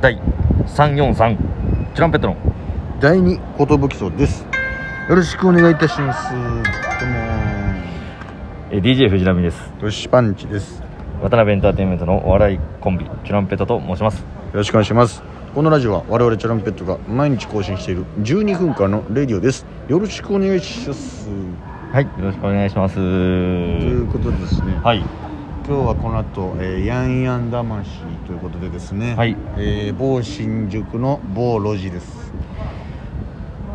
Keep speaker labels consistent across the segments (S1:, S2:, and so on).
S1: 第343チュランペットの
S2: 第二寿荘ですよろしくお願いいたしますどうも
S1: えー DJ 藤波です
S2: よしパンチですよ
S1: 渡辺エンターテインメントのお笑いコンビチュランペットと申します
S2: ろしくお願いしますこのラジオは我々チャランペットが毎日更新している12分間のレディオですよろしくお願いします
S1: はいよろしくお願いします
S2: ということでですね
S1: はい
S2: 今日はこの後、えー、ヤンヤン魂ということでですね
S1: はい
S2: えー某新宿の某路地です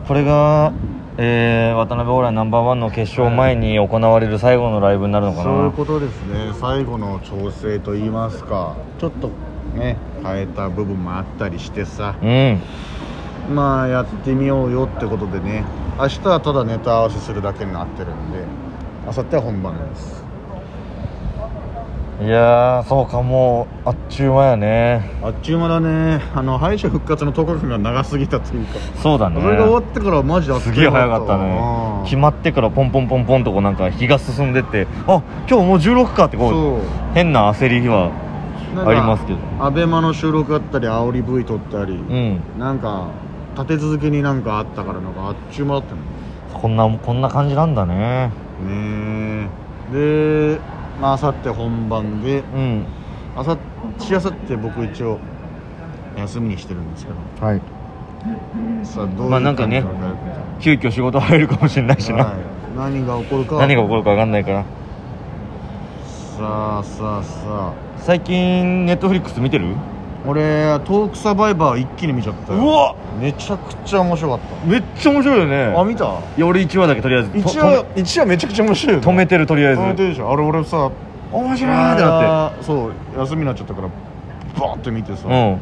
S1: これが、えー、渡辺オーライナンバーワンの決勝前に行われる最後のライブになるのかな
S2: そういうことですね最後の調整といいますかちょっとね変えた部分もあったりしてさ
S1: うん
S2: まあやってみようよってことでね明日はただネタ合わせするだけになってるんで明後日は本番です
S1: いやーそうかもうあっちゅう間やね
S2: あっちゅう間だねあの敗者復活の10日間が長すぎたというか、
S1: そうだね
S2: それが終わってからマジだ
S1: すげえ早かったね決まってからポンポンポンポンとこうなんか日が進んでってあ今日もう16かってこう
S2: そう
S1: 変な焦りは
S2: なんか
S1: ありますけど
S2: アベマの収録あったり煽り V 撮ったり、
S1: うん
S2: なんか立て続けになんかあったからなんかあっちゅう間だったの
S1: こんなこんな感じなんだね
S2: ねえでまあ明後日本番で
S1: うん
S2: あさしあさって僕一応休みにしてるんですけど
S1: はい
S2: さあどういう
S1: まあなんかね
S2: 感じなの
S1: 急遽仕事入るかもしれないしな、
S2: はい何が起こるか
S1: 何が起こるか分かんないから
S2: さあさあさあ
S1: 最近ネットフリックス見てる
S2: 俺トークサバイバー一気に見ちゃったよ
S1: うわ
S2: めちゃくちゃ面白かっ
S1: めっちゃ面白いよね
S2: たあ見た
S1: いや俺1話だけとりあえずと
S2: 一
S1: と
S2: 話一話めちゃくちゃ面白いよ
S1: 止めてるとりあえず
S2: 止めてるでしょあれ俺さ
S1: 面
S2: 知
S1: 白いってなっ
S2: ってそう休みになっちゃったからバーって見てさ、
S1: て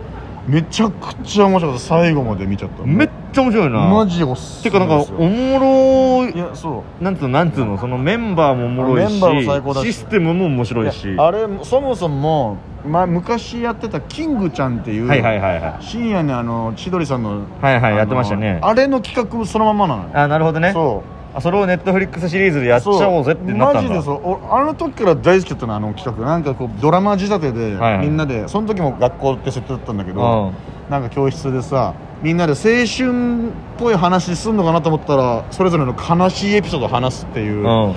S2: めちゃくちゃ面白かった最後まで見ちゃった
S1: うんめっちゃ面白いな
S2: マジでおすす
S1: てか
S2: め
S1: なんか
S2: ですよ
S1: おもろい
S2: いやそう
S1: なんつうのなんつうのそのメンバーもおもろい
S2: メ
S1: し
S2: ンバーも最高だし
S1: システムも面白いし
S2: いやあれそもそも、まあ、昔やってた「キングちゃん」っていう、
S1: はいはいはいはい
S2: 深夜にあの千鳥さんの
S1: はいはい
S2: あの
S1: やってましたね
S2: あれの企画そのままなのよ
S1: あなるほどね
S2: そ
S1: あそれをネットフリックスシリーズで
S2: う
S1: やっちゃおうぜってなったんだ
S2: マジでそうおあの時から大好きだったのあの企画なんかこうドラマ仕立てで、
S1: はいはい
S2: みんなでその時も学校って設定だったんだけ
S1: う
S2: ど、なんか教室でさみんなで青春っぽい話すんのかなと思ったらそれぞれの悲しいエピソードを話すっていう、
S1: んうん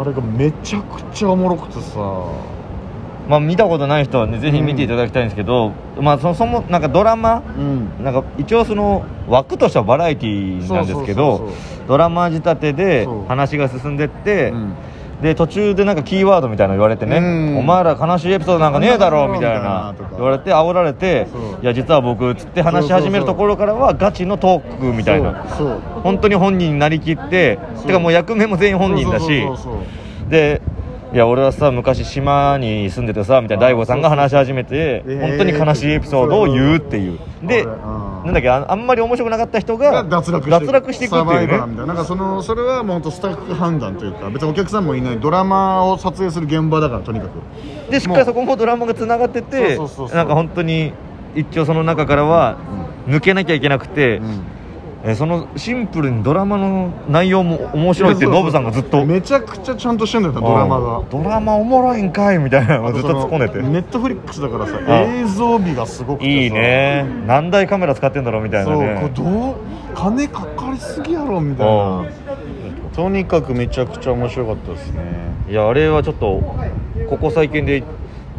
S2: あれがめちゃくちゃおもろくてさ
S1: まあ見たことない人はねぜひ見ていただきたいんですけどまあそもそもなんかドラマ
S2: うん
S1: なんか一応その枠としてはバラエティーなんですけ
S2: そうそ
S1: ど
S2: うそうそ
S1: ドラマ仕立てで
S2: そう
S1: 話が進んでって、
S2: ううん
S1: で途中でなんかキーワードみたいなの言われてね、
S2: うん
S1: お前ら悲しいエピソードなんかねえだろみたいな
S2: なんだろうみたいなとか
S1: 言われて煽られて
S2: そう
S1: いや実は僕つって話し始めるところからはガチのトークみたいな
S2: そうそう
S1: 本当に本人になりきって
S2: そう
S1: てかもう役目も全員本人だし
S2: そうそうそうそう
S1: でいや俺はさ昔島に住んでてさみたいな
S2: あ
S1: 大悟さんが話し始めて
S2: そうそう
S1: 本当に悲しいエピソードを言うっていう
S2: えー
S1: で
S2: そうそううん
S1: なんだっけああんまり面白くなかった人が
S2: が脱落して
S1: 脱落していくってい
S2: サバイバー
S1: う
S2: み
S1: ね
S2: たいななんかそのそれはもう本当スタッフ判断というか別にお客さんもいないドラマを撮影する現場だからとにかく
S1: でしっかりそこもドラマがつながってて
S2: そうそうそうそう
S1: なんか本当に一応その中からは抜けなきゃいけなくて、えーそのシンプルにドラマの内容も面白いって
S2: そうそう
S1: ノブさんがずっと
S2: めちゃくちゃちゃんとしてんだよなドラマが
S1: うんドラマおもろいんかいみたいなのをずっと突っ込んでて
S2: ネットフリックスだからさ
S1: あ
S2: 映像美がすごくてさ
S1: いいね何台カメラ使ってんだろうみたいな
S2: そうこれ
S1: ね
S2: どう金かかりすぎやろみたい
S1: うん
S2: なとにかくめちゃくちゃ面白かったですね
S1: いやあれはちょっとここ最近で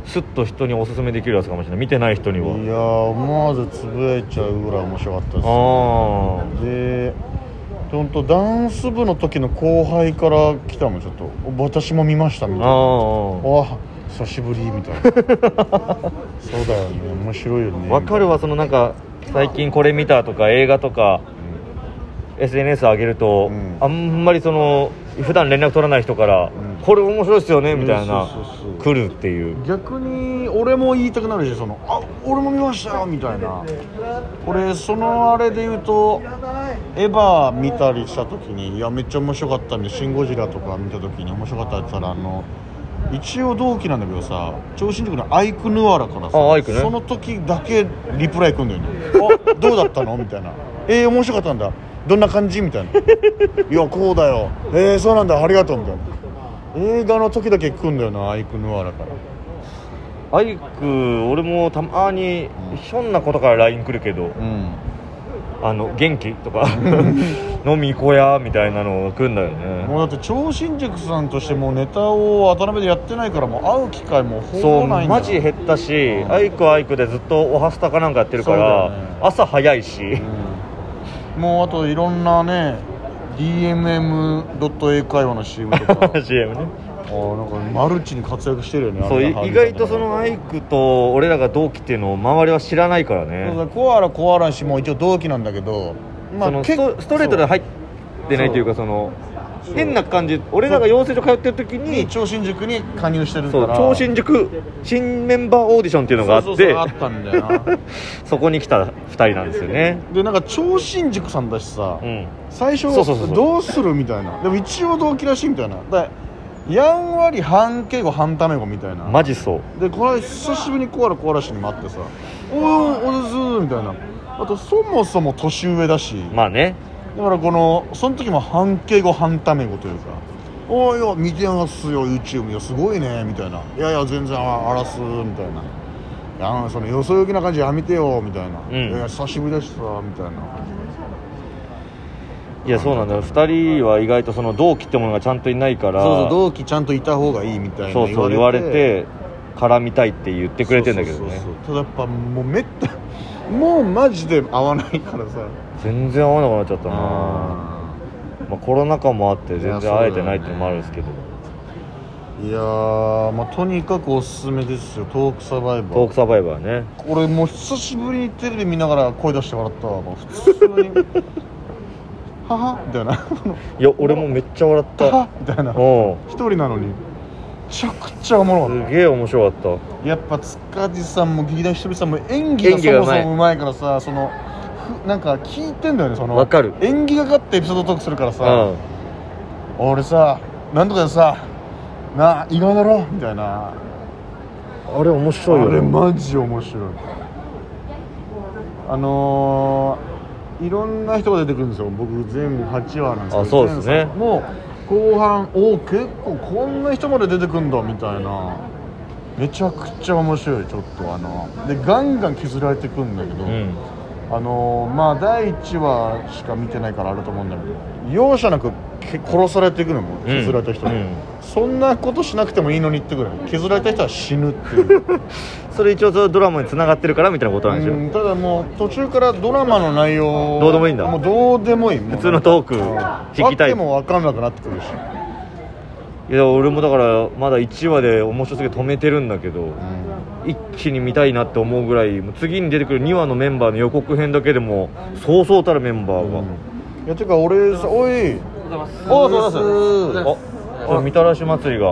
S1: スッと人におすすめできるやつかもしれない見てない人に
S2: いや
S1: は
S2: ー思わずつぶやいちゃうぐらい面白かったですね
S1: あ
S2: で本当ダンス部の時の後輩から来たもんちょっとお私も見ましたみた
S1: あ
S2: い
S1: あ
S2: な
S1: あ
S2: あ久しぶりみたいな そうだよね面白いよね
S1: わかるわそのなんか最近これ見たとか映画とか SNS 上げると、
S2: うん
S1: あんまりその普段連絡取らない人から、
S2: うん
S1: これ面白いっすよねみたいな、
S2: そうそうそう
S1: 来るっていう
S2: 逆に俺も言いたくなるしそのあ俺も見ましたよみたいな俺そのあれで言うとエヴァ見たりした時にいやめっちゃ面白かったんで「シン・ゴジラ」とか見た時に面白かったって言ったらあの一応同期なんだけどさ超新塾のアイク・ヌアラからさ
S1: あアイクね
S2: その時だけリプライ来んだよね「あどうだったの?」みたいな「えー、面白かったんだどんな感じ?」みたいな「いやこうだよえー、そうなんだありがとう」みたいな映画の時だけ来んだよなアイク・ヌアラから
S1: アイク俺もたまに
S2: うん
S1: ひょんなことから LINE 来るけど
S2: うん
S1: 「あの元気?」 とか「飲み行こうや」みたいなのが来るんだよね
S2: もうだって超新宿さんとしてもうネタを渡辺でやってないからもう会う機会もほ
S1: そう
S2: ぼないんだ
S1: マジ減ったし
S2: うん
S1: アイクはアイクでずっとおはスタかなんかやってるか
S2: そうだよね
S1: ら朝早いし
S2: うんもうあといろんなね DMM.A 会話の CM とか
S1: CM ね
S2: あーなんかマルチに活躍してるよね
S1: そう
S2: あ
S1: い
S2: んな
S1: 意外とそのアイクと俺らが同期っていうのを周りは知らないから
S2: そう
S1: ね
S2: だコアラコアラ氏も一応同期なんだけど、
S1: そのストストレートで入ってないというかその
S2: そう
S1: 変な感じ俺らが養成所通ってる時
S2: に
S1: に
S2: 超新宿に加入してるか
S1: そう
S2: ら
S1: 超新宿新メンバーオーディションっていうのがあってそ
S2: そ
S1: う
S2: そうそうあったんだよな
S1: こに来た2人なんですよね
S2: でなんか超新宿さんだしさ、
S1: うん
S2: 最初
S1: そうそうそうそう
S2: どうするみたいなでも一応同期らしいみたいなだやんわり半敬語半タメ語みたいな
S1: マジそう
S2: でこの間久しぶりにコアラコアラ氏にも会ってさ「おーおです」みたいなあとそもそも年上だし、
S1: まあね
S2: だからこのその時も半敬語半タメ語というか「おいや見てますよ YouTube いやすごいね」みたいな「いやいや全然ああらす」みたいな「いやあのそのよそよきな感じやめてよ」みたいな「
S1: うん
S2: いやいや久しぶりだしさ」みたいない
S1: やそうなんだよ2人は意外とその同期ってものがちゃんといないから
S2: そうそう同期ちゃんといた方がいいみたいな
S1: そうそう言われて絡みたいって言ってくれてんだけどね
S2: そうそうそうただやっぱもうめったもうマジで合わないからさ
S1: 全然会わなくなっちゃったなまあ、コロナ禍もあって
S2: いや
S1: 全然会えてないっていうのもあるんですけど、
S2: いやー、まあ、とにかくおすすめですよトークサバイバー
S1: トークサバイバーね
S2: 俺もう久しぶりにテレビ見ながら声出して笑ったわもう 普通に「はは」みたいな 「
S1: いや俺もめっちゃ笑っ
S2: はは
S1: た」
S2: みたいな
S1: うん
S2: 一人なのにめちゃくちゃおもろかっ
S1: すげえ面白かった
S2: たやっぱ塚地さんも劇団ひとりさんも演技が
S1: 演技が
S2: そうも
S1: まい
S2: そもうまいからさそのふなんか聞いてんだよねその
S1: わかる
S2: 演技がかってエピソードトークするからさ
S1: うん
S2: 「俺さなんとかでさなあ意外だろ」みたいな
S1: あれ面白いよ
S2: あれマジ面白いあのーいろんな人が出てくるんですよ僕全8話なんですけど
S1: あそうですね
S2: 全作もう後半おお結構こんな人まで出てくんだみたいなめちゃくちゃ面白いちょっとあのでガンガン削られてくんだけど、
S1: うん
S2: あのーまあ第1話しか見てないからあれと思うんだけど容赦なくけ殺されていくのも削られた人に、
S1: うんうん
S2: そんなことしなくてもいいのにってぐらい削られた人は死ぬっていう
S1: それ一応そのドラマに繋がってるからみたいなことなんですよ、
S2: うんただもう途中からドラマの内容を
S1: どうでもいいんだ
S2: もうどうでもいい普
S1: 普通のトーク聞きたい
S2: あっても分かんなくなってくるし、
S1: いや俺もだからまだ1話で面白すぎて止めてるんだけど一気に見たいなって思うぐらいもう次に出てくる2話のメンバーの予告編だけでもそうそうたるメンバーが、
S2: いやてか俺さおいおうそうそうそう
S1: ああみたらし祭りが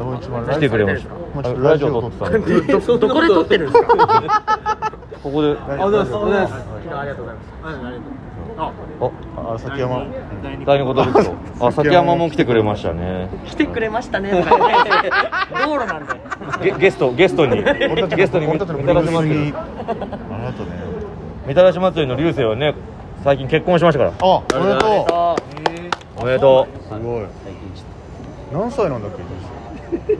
S2: あもう一枚
S1: 来てくれまし
S2: もう
S1: た
S2: ちょっと
S1: ラジオ撮ってたんで
S3: どどこで撮ってるんですか。
S1: ここで
S2: あどうぞ
S3: ありがとうございます。ありがとうございま
S2: あ崎山
S1: 第二言 ですよあ崎山も来てくれましたね
S3: す。来てくれましたね。とか言 って道路なんで。
S1: ゲゲストゲストに
S2: 俺たちの
S1: ゲストにみ
S2: 俺
S1: み
S2: たちの
S1: たらし
S2: ブルース
S1: 祭
S2: に
S1: り
S2: あなたね
S1: みたらし祭りの流星はね最近結婚しましたから
S2: あおめでと
S1: おめでと
S2: うすごい何歳なんだっけ28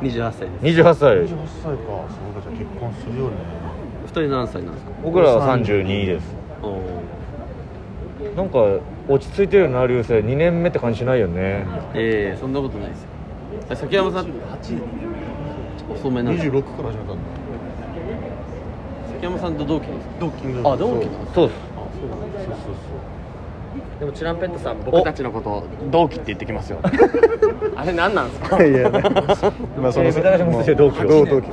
S4: 28歳です
S1: う28歳
S2: 歳かそうだじゃあ結婚するよね
S4: 二人何歳なんですか
S1: 僕らは32です
S4: おー
S1: なんか落ち着いてるな流星2年目って感じしないよね
S4: ええそんなことないですよあ崎山さん遅めなんです
S2: 26から始めたんだ
S4: 崎山さんと同期なんですか
S2: 同期
S4: あ同期なんで
S1: そうで
S4: す
S1: す
S2: そうそうそう
S3: でもチランペットさん
S4: 僕たちのこと同期って言ってきます よあれ何なんですか
S2: いや、まあその
S1: えーみたらし祭りは同期
S2: 同同期。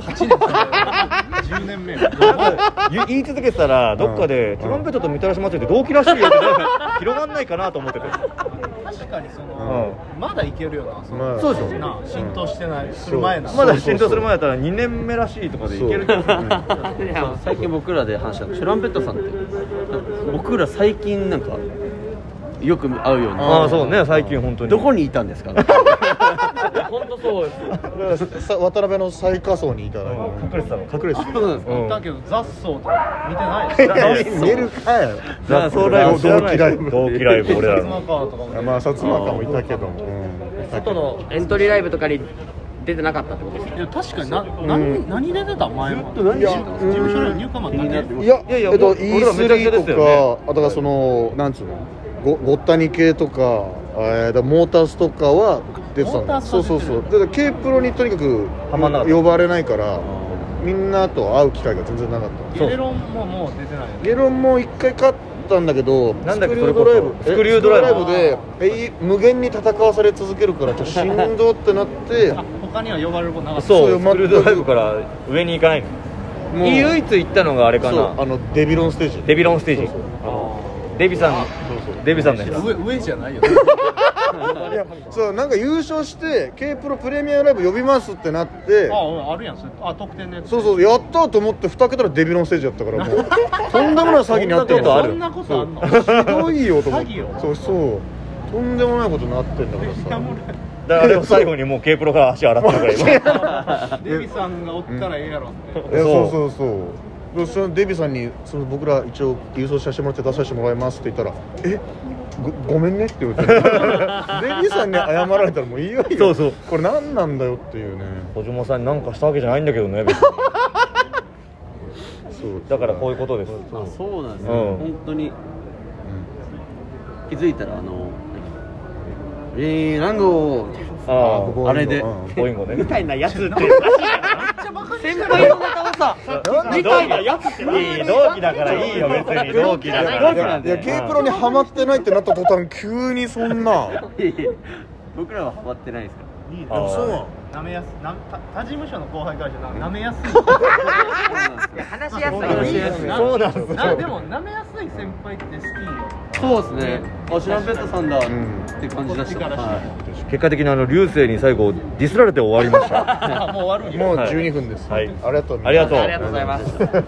S1: 言 言い続けてたらどっかで
S2: う
S1: 「
S2: ん
S1: トランペットとみたらし祭りって同期らしいよ」って なんか広がんないかなと思ってて
S5: 確かにその、
S1: う
S5: まだいけるよなその、
S2: まあ
S1: そうでしょ
S5: な浸透してない、する前な
S1: まだ浸透する前だったら2年目らしいとかでいけるけど
S4: いや最近僕らで話したのトランペットさんって僕ら最近なんかよく会うように
S1: ああそうね最近本当に
S4: どこにいたんですか本当そうです
S2: さ渡辺の最下層にいたら
S1: 隠れてたの
S2: 隠れて
S4: そうなんです
S1: うん
S5: だけど雑草とか見てないし
S2: る。見えるかよ。
S1: 雑草ライブ知らない
S2: 同期ライブ
S1: 同期ライブ俺ら
S5: 妻
S1: の
S5: 川とかも
S2: まあ薩摩川もいたけども。うん
S3: 外のエントリーライブとかに出てなかったってことですか
S5: いや確かにな、何何出てた前も
S1: ずっと何
S5: 事
S1: してたの
S5: 務所の入管マンだけ
S2: いや
S1: いやいや
S2: えっと
S1: もう俺らめちゃくちゃで
S2: E3 と
S1: す
S2: か、
S1: よ
S2: あだからそのなんつうのごごったに系とか、えー、だモータースとかは出てた
S5: モータ
S2: の
S5: ース
S2: そ
S5: は
S2: う
S5: 出て
S2: そ
S5: る
S2: うそうだから K プロにとにかく
S1: はまんなかった
S2: 呼ばれないからみんなと会う機会が全然なかった
S5: ゲレロンももう出てないよね
S2: ゲロンも一回勝ったんだけど
S1: なんだっけ
S2: スクリュードラ
S1: それ
S2: イブ
S1: こそスクリュードライブ
S2: えスクリュードライブでえい無限に戦わされ続けるからちょっとしんどってなって
S5: あ他には呼ばれることなかった
S1: そう
S2: そうよ
S1: スクリュードライブ
S2: 全く
S1: から上に行かないの
S2: もう
S1: 唯一行ったのがあれか
S2: そう
S1: な
S2: あのデビロンステージ
S1: デビロンステージ
S2: そうそう
S1: デビさんデビさんのやつ
S5: 上上じゃないよ
S2: いやそうなんか優勝して k プロプレミアムライブ呼びますってなって
S5: あうんあるやんそれあ特典のやつ
S2: そうそうやったと思って蓋開けたらデビロンステージやったからもうとんでもない詐欺にあって
S1: そんなことあ
S5: そ
S1: る
S5: んなことあんの
S2: ひどいよと思っ
S5: 詐欺よ
S2: てそうそうとんでもないことになってんだから
S5: いやもう
S2: さ
S5: ね
S1: だからあれを最後にもう K プロから足洗ったから今
S5: デビさんがおったらええやろって
S2: いや
S1: そ
S2: そううそうそうでそのデビさんにその僕ら一応郵送させてもらって出させてもらいますって言ったら「えごごめんね」って言 われてデビさんに謝られたらもういいよいいよ
S1: そうそう
S2: これ何なんだよっていうね
S1: 小島さんに何かしたわけじゃないんだけどね 別に
S2: そう
S1: だからこういうことです
S4: あそうなんですね、
S1: うん
S4: 本当に気づいたらあの「えー、ランゴー」
S1: あ
S2: あここ
S4: あれで
S2: うん
S1: ボインゴね
S3: みたいなやつっておかしいから先輩の仲をさみたいなやつって
S1: いい同期だからいいよ別に 同期だか
S4: 同
S1: ら
S4: 期なん
S2: い
S4: で
S2: や K プロにハマってないってなった途端急にそんな
S4: いやいや僕らはハマってないですから
S5: いいね
S1: あそうなの
S5: なめやすな他他事務所の後輩からじゃななめやすい
S4: そうなんですよ
S3: 話 しやすい
S4: 話しやすい
S1: そうなんですよ
S5: なでもなめやすい先輩って好きよ
S4: そうですねあ知らんペットさんだ
S2: ん
S4: って感じだした、
S5: こっちからして
S4: はい
S1: 結果的にあの流星に最後ディスられて終わりました
S5: あもう悪いよ
S2: もう
S1: はい
S2: 12分です、
S1: はい
S2: ありがとう
S1: ありがとう
S3: ありがとうございます